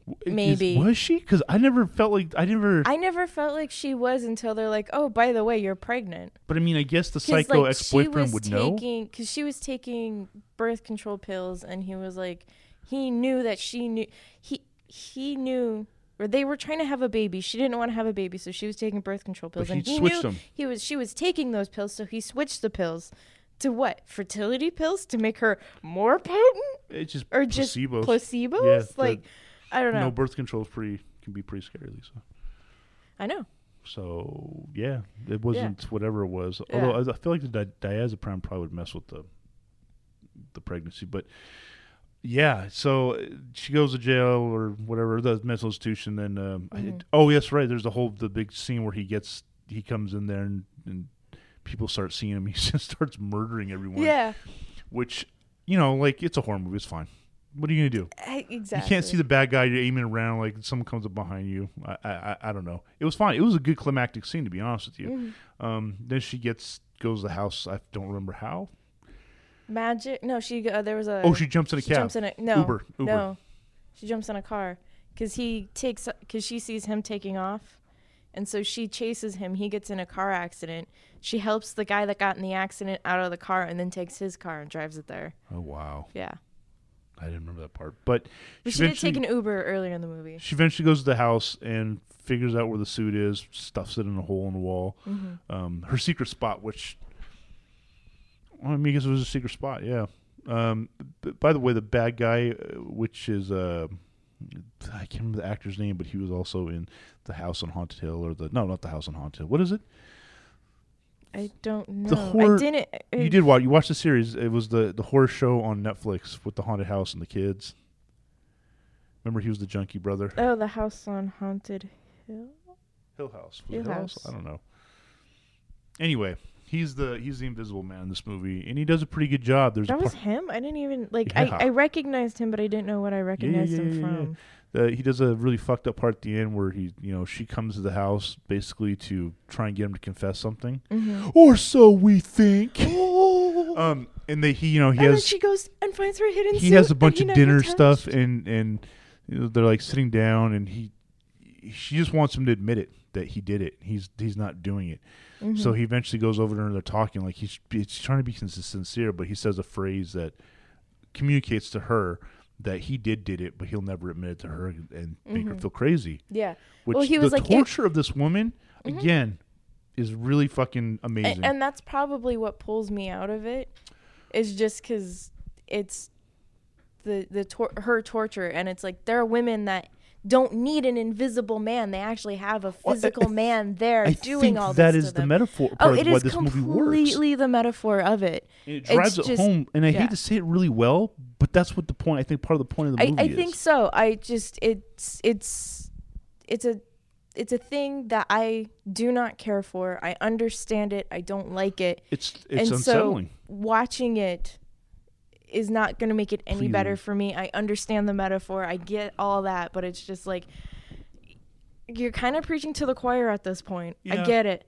Speaker 1: W- is-
Speaker 2: Maybe.
Speaker 1: was she? Because I never felt like I never.
Speaker 2: I never felt like she was until they're like, "Oh, by the way, you're pregnant."
Speaker 1: but I mean, I guess the
Speaker 2: Because
Speaker 1: psycho
Speaker 2: like
Speaker 1: ex
Speaker 2: she
Speaker 1: boyfriend
Speaker 2: was
Speaker 1: would know.
Speaker 2: taking, because she was taking birth control pills, and he was like, he knew that she knew he he knew. Or they were trying to have a baby. She didn't want to have a baby, so she was taking birth control pills,
Speaker 1: he
Speaker 2: and he
Speaker 1: switched
Speaker 2: knew
Speaker 1: them.
Speaker 2: he was. She was taking those pills, so he switched the pills to what fertility pills to make her more potent,
Speaker 1: It's just
Speaker 2: or just
Speaker 1: placebos.
Speaker 2: placebos?
Speaker 1: Yeah, the-
Speaker 2: like, I don't know.
Speaker 1: no birth control is pretty can be pretty scary, Lisa.
Speaker 2: I know.
Speaker 1: So yeah, it wasn't whatever it was.
Speaker 2: Yeah.
Speaker 1: Although I, I feel like the di- diazepam probably would mess with the the pregnancy, but yeah. So uh, she goes to jail or whatever the mental institution. Then um, I-
Speaker 2: Mhm.
Speaker 1: oh yes, right. There's the whole the big scene where he gets he comes in there and, and people start seeing him. (laughs) He just starts murdering everyone.
Speaker 2: Yeah,
Speaker 1: Which you know, like it's a horror movie. It's fine. What are you gonna do?
Speaker 2: I- exactly.
Speaker 1: You can't see the bad guy. You're aiming around like someone comes up behind you. I, I, I- I don't know. It was fine. It was a good climactic scene, to be honest with you.
Speaker 2: Mhm.
Speaker 1: Um, then she gets goes to the house. I don't remember how.
Speaker 2: Uh, magic. No, she. Uh, there was a.
Speaker 1: oh, she jumps in a
Speaker 2: she
Speaker 1: cab.
Speaker 2: jumps in a no
Speaker 1: Uber, Uber.
Speaker 2: no. She jumps in a car because he takes because she sees him taking off. And so she chases him. He gets in a car accident. She helps the guy that got in the accident out of the car and then takes his car and drives it there.
Speaker 1: Oh wow,
Speaker 2: Yeah.
Speaker 1: I didn't remember that part. But she
Speaker 2: But she did
Speaker 1: eventually,
Speaker 2: take an Uber earlier in the movie.
Speaker 1: she eventually goes to the house and figures out where the suit is, stuffs it in a hole in the wall. Um, her secret spot, which well, I mean, I guess it was a secret spot. Yeah. Um, b- by the way, the bad guy, uh, which is uh, I can't remember the actor's name, but he was also in the House on Haunted Hill, or the no, not the House on Haunted Hill. What is it?
Speaker 2: I don't know.
Speaker 1: horror-
Speaker 2: I didn't. uh,
Speaker 1: You did watch. You watched the series. It was the the horror show on Netflix with the haunted house and the kids. Remember, he was the junkie brother.
Speaker 2: Oh, the house on haunted hill.
Speaker 1: Hill House. Was
Speaker 2: Hill
Speaker 1: it Hill House?
Speaker 2: House.
Speaker 1: I don't know. Anyway, he's the he's the Invisible Man in this movie, and he does a pretty good job. There's a
Speaker 2: That was
Speaker 1: part,
Speaker 2: him. I didn't even like.
Speaker 1: Yeah.
Speaker 2: I, I recognized him, but I didn't know what I recognized
Speaker 1: yeah,
Speaker 2: him
Speaker 1: yeah, yeah.
Speaker 2: from.
Speaker 1: uh, he does a really fucked up part at the end where he you know she comes to the house basically to try and get him to confess something,
Speaker 2: Mm-hmm.
Speaker 1: or so we think. (laughs) um, and they he you know he
Speaker 2: and then
Speaker 1: has
Speaker 2: she goes and finds her hidden.
Speaker 1: he
Speaker 2: suit
Speaker 1: has a
Speaker 2: that
Speaker 1: bunch
Speaker 2: he
Speaker 1: of
Speaker 2: never
Speaker 1: dinner
Speaker 2: touched.
Speaker 1: stuff and and you know, they're like sitting down and he she just wants him to admit it that he did it he's he's not doing it
Speaker 2: Mm-hmm.
Speaker 1: so he eventually goes over to her and they're talking like he's, he's trying to be sin- sincere but he says a phrase that communicates to her that he did did it but he'll never admit it to her and make her feel crazy
Speaker 2: Yeah.
Speaker 1: which
Speaker 2: Mm-hmm. well, he was
Speaker 1: the
Speaker 2: like, it,
Speaker 1: torture of this woman again is really fucking amazing
Speaker 2: and, and that's probably what pulls me out of it, is just because it's the the tor- her torture, and it's like there are women that don't need an invisible man; they actually have a
Speaker 1: I- I
Speaker 2: physical
Speaker 1: th-
Speaker 2: man there
Speaker 1: I
Speaker 2: doing
Speaker 1: think
Speaker 2: all
Speaker 1: that
Speaker 2: this
Speaker 1: is
Speaker 2: to
Speaker 1: the
Speaker 2: them.
Speaker 1: metaphor
Speaker 2: Oh,
Speaker 1: part
Speaker 2: it
Speaker 1: of why
Speaker 2: is
Speaker 1: this movie works
Speaker 2: completely the metaphor of it.
Speaker 1: And it
Speaker 2: It's
Speaker 1: drives it
Speaker 2: just-
Speaker 1: home, and I
Speaker 2: yeah.
Speaker 1: hate to say it really well, but that's what the point. I think part of the point of the
Speaker 2: I,
Speaker 1: movie
Speaker 2: I
Speaker 1: is.
Speaker 2: think so. I just it's it's it's a it's a thing that I do not care for. I understand it. I don't like it.
Speaker 1: It's it's
Speaker 2: and
Speaker 1: unsettling.
Speaker 2: so watching it is not going to make it any
Speaker 1: Pleasing.
Speaker 2: better for me. I understand the metaphor. I get all that, but it's just like you're kind of preaching to the choir at this point.
Speaker 1: Yeah.
Speaker 2: I get it.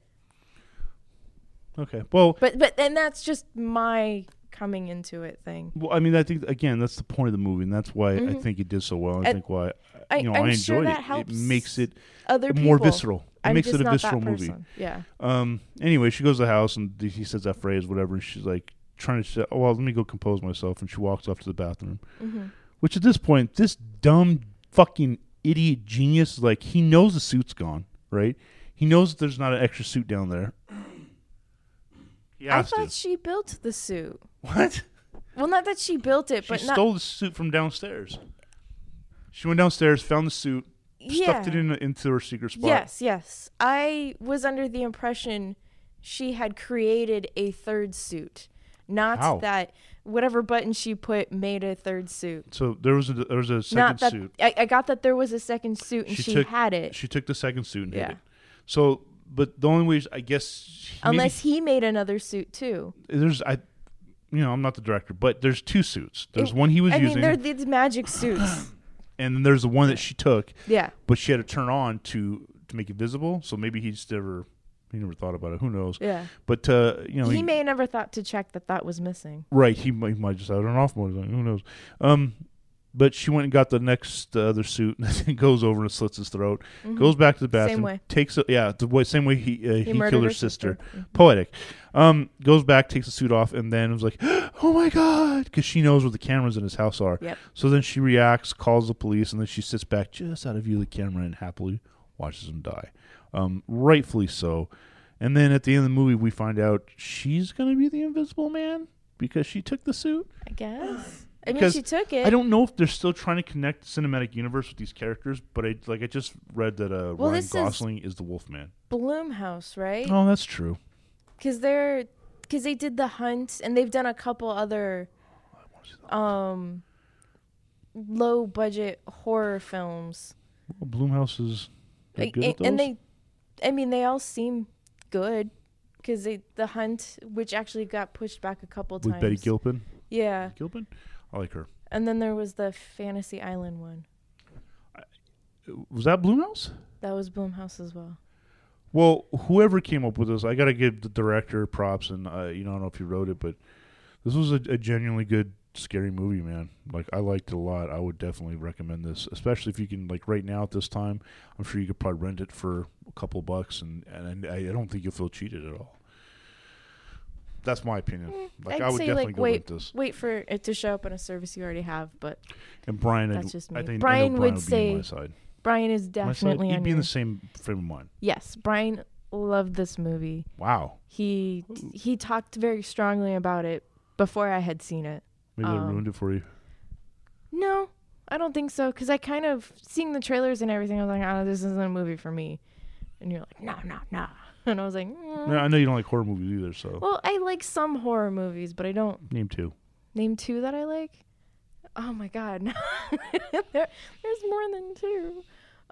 Speaker 1: okay, well,
Speaker 2: But but and that's just my coming into it thing.
Speaker 1: well, I mean, I think again, that's the point of the movie, and that's why I think it did so well. and I
Speaker 2: Mm-hmm. And
Speaker 1: think why
Speaker 2: I-
Speaker 1: you know
Speaker 2: I'm
Speaker 1: I
Speaker 2: sure
Speaker 1: enjoyed
Speaker 2: that
Speaker 1: it.
Speaker 2: helps
Speaker 1: It makes it
Speaker 2: Other people
Speaker 1: more visceral. It
Speaker 2: I'm
Speaker 1: makes
Speaker 2: just
Speaker 1: it a
Speaker 2: not that
Speaker 1: visceral movie.
Speaker 2: person. Yeah.
Speaker 1: Um. Anyway, she goes to the house and th- he says that phrase, whatever, and she's like trying to say, "Oh, well, let me go compose myself," and she walks off to the bathroom.
Speaker 2: Mm-hmm.
Speaker 1: Which at this point, this dumb fucking idiot genius, is like he knows the suit's gone, right? He knows that there's not an extra suit down there. He
Speaker 2: I
Speaker 1: has to.
Speaker 2: thought she built the suit.
Speaker 1: (laughs) what?
Speaker 2: Well, not that she built it,
Speaker 1: She
Speaker 2: but not
Speaker 1: stole the suit from downstairs. She went downstairs, found the suit,
Speaker 2: yeah.
Speaker 1: stuffed it in, into her secret spot.
Speaker 2: Yes, yes. I was under the impression she had created a third suit, not
Speaker 1: How?
Speaker 2: that whatever button she put made a third suit.
Speaker 1: So there was a there was a second
Speaker 2: not that
Speaker 1: suit.
Speaker 2: I, I got that there was a second suit and she,
Speaker 1: took,
Speaker 2: had it,
Speaker 1: She took the second suit and
Speaker 2: Yeah.
Speaker 1: hid it. So, but the only way is- I guess he- maybe-
Speaker 2: unless he made another suit too.
Speaker 1: there's I, you know, I'm not the director, but there's two suits. There's one he was
Speaker 2: I
Speaker 1: using,
Speaker 2: mean, they're
Speaker 1: (coughs)
Speaker 2: these magic suits.
Speaker 1: and then there's the one that she took,
Speaker 2: yeah,
Speaker 1: but she had to turn on to to make it visible. So maybe he just never he never thought about it. Who knows?
Speaker 2: yeah.
Speaker 1: But uh, you know,
Speaker 2: He may have never thought to check that that was missing.
Speaker 1: Right, he might, he might just have an off mode. Who knows? Um, but she went and got the next uh, other suit (laughs) and goes over and slits his throat. Goes back to the bathroom.
Speaker 2: Mm-hmm. way.
Speaker 1: Takes a, yeah the way, same way he uh, he,
Speaker 2: murdered
Speaker 1: killed her
Speaker 2: her
Speaker 1: sister.
Speaker 2: sister.
Speaker 1: Poetic. Um, goes back, takes the suit off, and then was like, (gasps) "Oh my god," because she knows where the cameras in his house are.
Speaker 2: Yep.
Speaker 1: So then she reacts, calls the police, and then she sits back just out of view of the camera and happily watches him die. Um, rightfully so. And then at the end of the movie, we find out she's going to be the Invisible Man because she took the suit.
Speaker 2: I guess. I mean,
Speaker 1: Because
Speaker 2: she took it.
Speaker 1: I don't know if they're still trying to connect the cinematic universe with these characters, but I like I just read that uh,
Speaker 2: Well,
Speaker 1: Ryan
Speaker 2: this is-
Speaker 1: Gosling is... the Wolfman.
Speaker 2: Bloomhouse, right?
Speaker 1: Oh, that's true.
Speaker 2: because they're because they did the hunt and they've done a couple other um low budget horror films
Speaker 1: Well, Bloomhouse is they're
Speaker 2: Like,
Speaker 1: good
Speaker 2: and,
Speaker 1: at those.
Speaker 2: and they i mean they all seem good because they the hunt which actually got pushed back a couple
Speaker 1: with
Speaker 2: times
Speaker 1: Betty Gilpin.
Speaker 2: yeah
Speaker 1: Gilpin, I like her.
Speaker 2: and then there was the fantasy island one
Speaker 1: Was that Bloomhouse?
Speaker 2: that was bloomhouse as well
Speaker 1: Well, whoever came up with this, I got to give the director props, and uh, you know, I don't know if he wrote it, but this was a, a genuinely good scary movie, man. Like I liked it a lot. I would definitely recommend this, especially if you can like right now at this time. I'm sure you could probably rent it for a couple bucks, and and I, I don't think you'll feel cheated at all. That's my opinion. Like
Speaker 2: Mm, I'd
Speaker 1: I would
Speaker 2: say,
Speaker 1: definitely
Speaker 2: like,
Speaker 1: go
Speaker 2: wait-
Speaker 1: rent this.
Speaker 2: Wait for it to show up on a service you already have, but
Speaker 1: And Brian, I'd-
Speaker 2: That's just me.
Speaker 1: I think I know
Speaker 2: Brian would
Speaker 1: be on
Speaker 2: say
Speaker 1: my side.
Speaker 2: Brian is
Speaker 1: My side,
Speaker 2: definitely
Speaker 1: he'd
Speaker 2: on
Speaker 1: be in
Speaker 2: your-
Speaker 1: E the same frame of mind.
Speaker 2: Yes, Brian loved this movie.
Speaker 1: Wow,
Speaker 2: He he talked very strongly about it before I had seen it.
Speaker 1: maybe they
Speaker 2: Um,
Speaker 1: ruined it for you.
Speaker 2: No, I don't think so. Cause I kind of seeing the trailers and everything, I was like, oh, this isn't a movie for me. And you're like, no, no, no. (laughs) And I was like, mm.
Speaker 1: No, I know you don't like horror movies either, so
Speaker 2: well, I like some horror movies, but I don't
Speaker 1: name two.
Speaker 2: name two that I like. Oh my god, (laughs) there, there's more than two.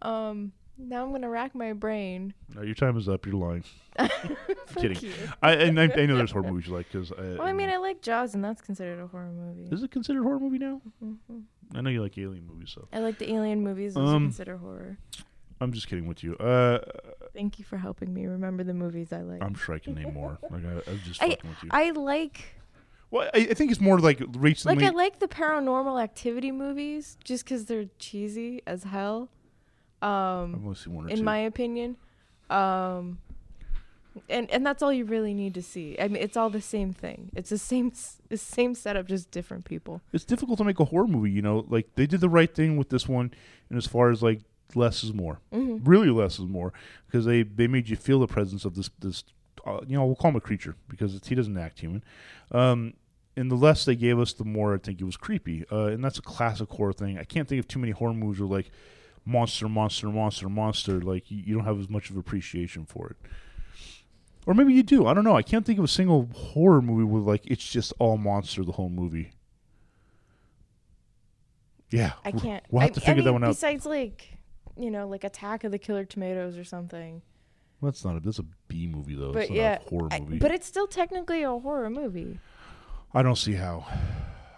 Speaker 2: Um, now I'm gonna rack my brain.
Speaker 1: No, your time is up. You're
Speaker 2: (laughs)
Speaker 1: lying.
Speaker 2: Fuck
Speaker 1: Kidding.
Speaker 2: you.
Speaker 1: I and I, I know there's horror movies you like because.
Speaker 2: Well, I mean, I like Jaws, and that's considered a horror movie.
Speaker 1: Is it considered a horror movie now?
Speaker 2: Mhm.
Speaker 1: I know you like alien movies, so
Speaker 2: I like the Alien movies. Those are
Speaker 1: Um,
Speaker 2: considered horror.
Speaker 1: I'm just kidding with you. Uh,
Speaker 2: Thank you for helping me remember the movies I like.
Speaker 1: I'm sure I can name more. Like I, I'm just
Speaker 2: I-
Speaker 1: fucking with you.
Speaker 2: I like
Speaker 1: well, I, I think it's more like
Speaker 2: like
Speaker 1: recently.
Speaker 2: I like the Paranormal Activity movies just because they're cheesy as hell.
Speaker 1: I've
Speaker 2: Um,
Speaker 1: only seen one or two.
Speaker 2: in my opinion, um, and and that's all you really need to see. I mean, it's all the same thing. It's the same s- the same setup, just different people.
Speaker 1: it's difficult to make a horror movie. You know, like they did the right thing with this one, and as far as like less is more.
Speaker 2: Mm-hmm.
Speaker 1: really less is more because they they made you feel the presence of this this uh, you know we'll call him a creature because it's, he doesn't act human um and the less they gave us the more i think it was creepy uh, and that's a classic horror thing i can't think of too many horror movies where like monster monster monster monster like you, you don't have as much of appreciation for it or maybe you do i don't know i can't think of a single horror movie where like it's just all monster the whole movie yeah
Speaker 2: I can't.
Speaker 1: we'll have
Speaker 2: I,
Speaker 1: to
Speaker 2: I
Speaker 1: figure that
Speaker 2: mean,
Speaker 1: one out
Speaker 2: Besides, like you know, like Attack of the Killer Tomatoes or something.
Speaker 1: Well, that's not a. That's a B movie though.
Speaker 2: But
Speaker 1: it's not
Speaker 2: yeah,
Speaker 1: a horror
Speaker 2: I-
Speaker 1: movie.
Speaker 2: but it's still technically a horror movie.
Speaker 1: I don't see how.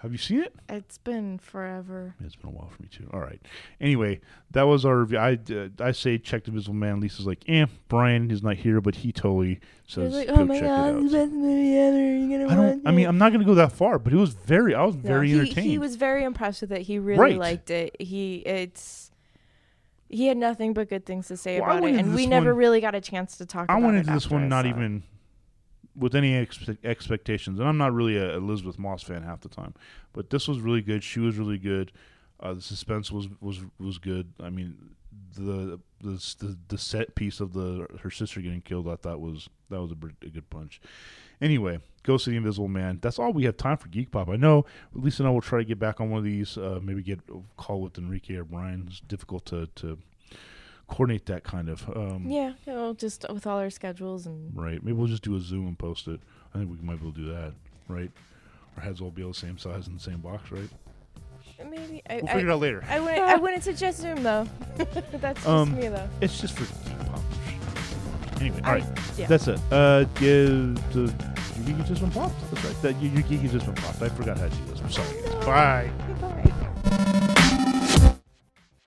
Speaker 1: Have you seen it?
Speaker 2: It's been forever.
Speaker 1: It's been a while for me too. All right. Anyway, that was our review. I uh, I say check the Visible Man. Lisa's like, eh, Brian is not here, but he totally
Speaker 2: It
Speaker 1: says
Speaker 2: was like,
Speaker 1: go
Speaker 2: oh my
Speaker 1: check
Speaker 2: god, it's
Speaker 1: it
Speaker 2: the
Speaker 1: out.
Speaker 2: best movie ever. You're gonna
Speaker 1: I
Speaker 2: watch
Speaker 1: don't. I mean,
Speaker 2: it."
Speaker 1: I'm not going to go that far, but it was very. I was
Speaker 2: No,
Speaker 1: very
Speaker 2: he,
Speaker 1: entertained.
Speaker 2: He was very impressed with it. He really
Speaker 1: Right.
Speaker 2: liked it. He it's he had nothing but good things to say
Speaker 1: Well, I
Speaker 2: about
Speaker 1: went
Speaker 2: it,
Speaker 1: into
Speaker 2: and we
Speaker 1: this
Speaker 2: never
Speaker 1: one-
Speaker 2: really got a chance to talk.
Speaker 1: I
Speaker 2: about
Speaker 1: went
Speaker 2: it
Speaker 1: into this
Speaker 2: after I
Speaker 1: one not
Speaker 2: saw it.
Speaker 1: even with any expe- expectations, and I'm not really a Elizabeth Moss fan half the time, but this was really good. She was really good. Uh, the suspense was was was good. I mean, the the s- the, the set piece of the her sister getting killed, I thought was that was a, br- a good punch. Anyway, go see the Invisible Man. That's all we have time for Geek Pop. I know Lisa and I will try to get back on one of these. Uh, maybe get a call with Enrique or Brian. It's difficult to to coordinate that kind of. Um,
Speaker 2: Yeah, you know, just with all our schedules and
Speaker 1: Right. Maybe we'll just do a Zoom and post it. I think we might be able to do that. Right. Our heads will be all the same size in the same box, right?
Speaker 2: maybe I
Speaker 1: We'll
Speaker 2: I,
Speaker 1: figure it out later.
Speaker 2: I wouldn't I wouldn't suggest Zoom though. (laughs) That's just
Speaker 1: Um,
Speaker 2: me though.
Speaker 1: It's just for geek pop. Anyway,
Speaker 2: I-
Speaker 1: all right.
Speaker 2: yeah.
Speaker 1: That's it. Uh, give the your geek has just been popped. That's right. That your, your geek has just been popped. I forgot how to do this. I'm sorry. guys. Bye.
Speaker 2: Goodbye.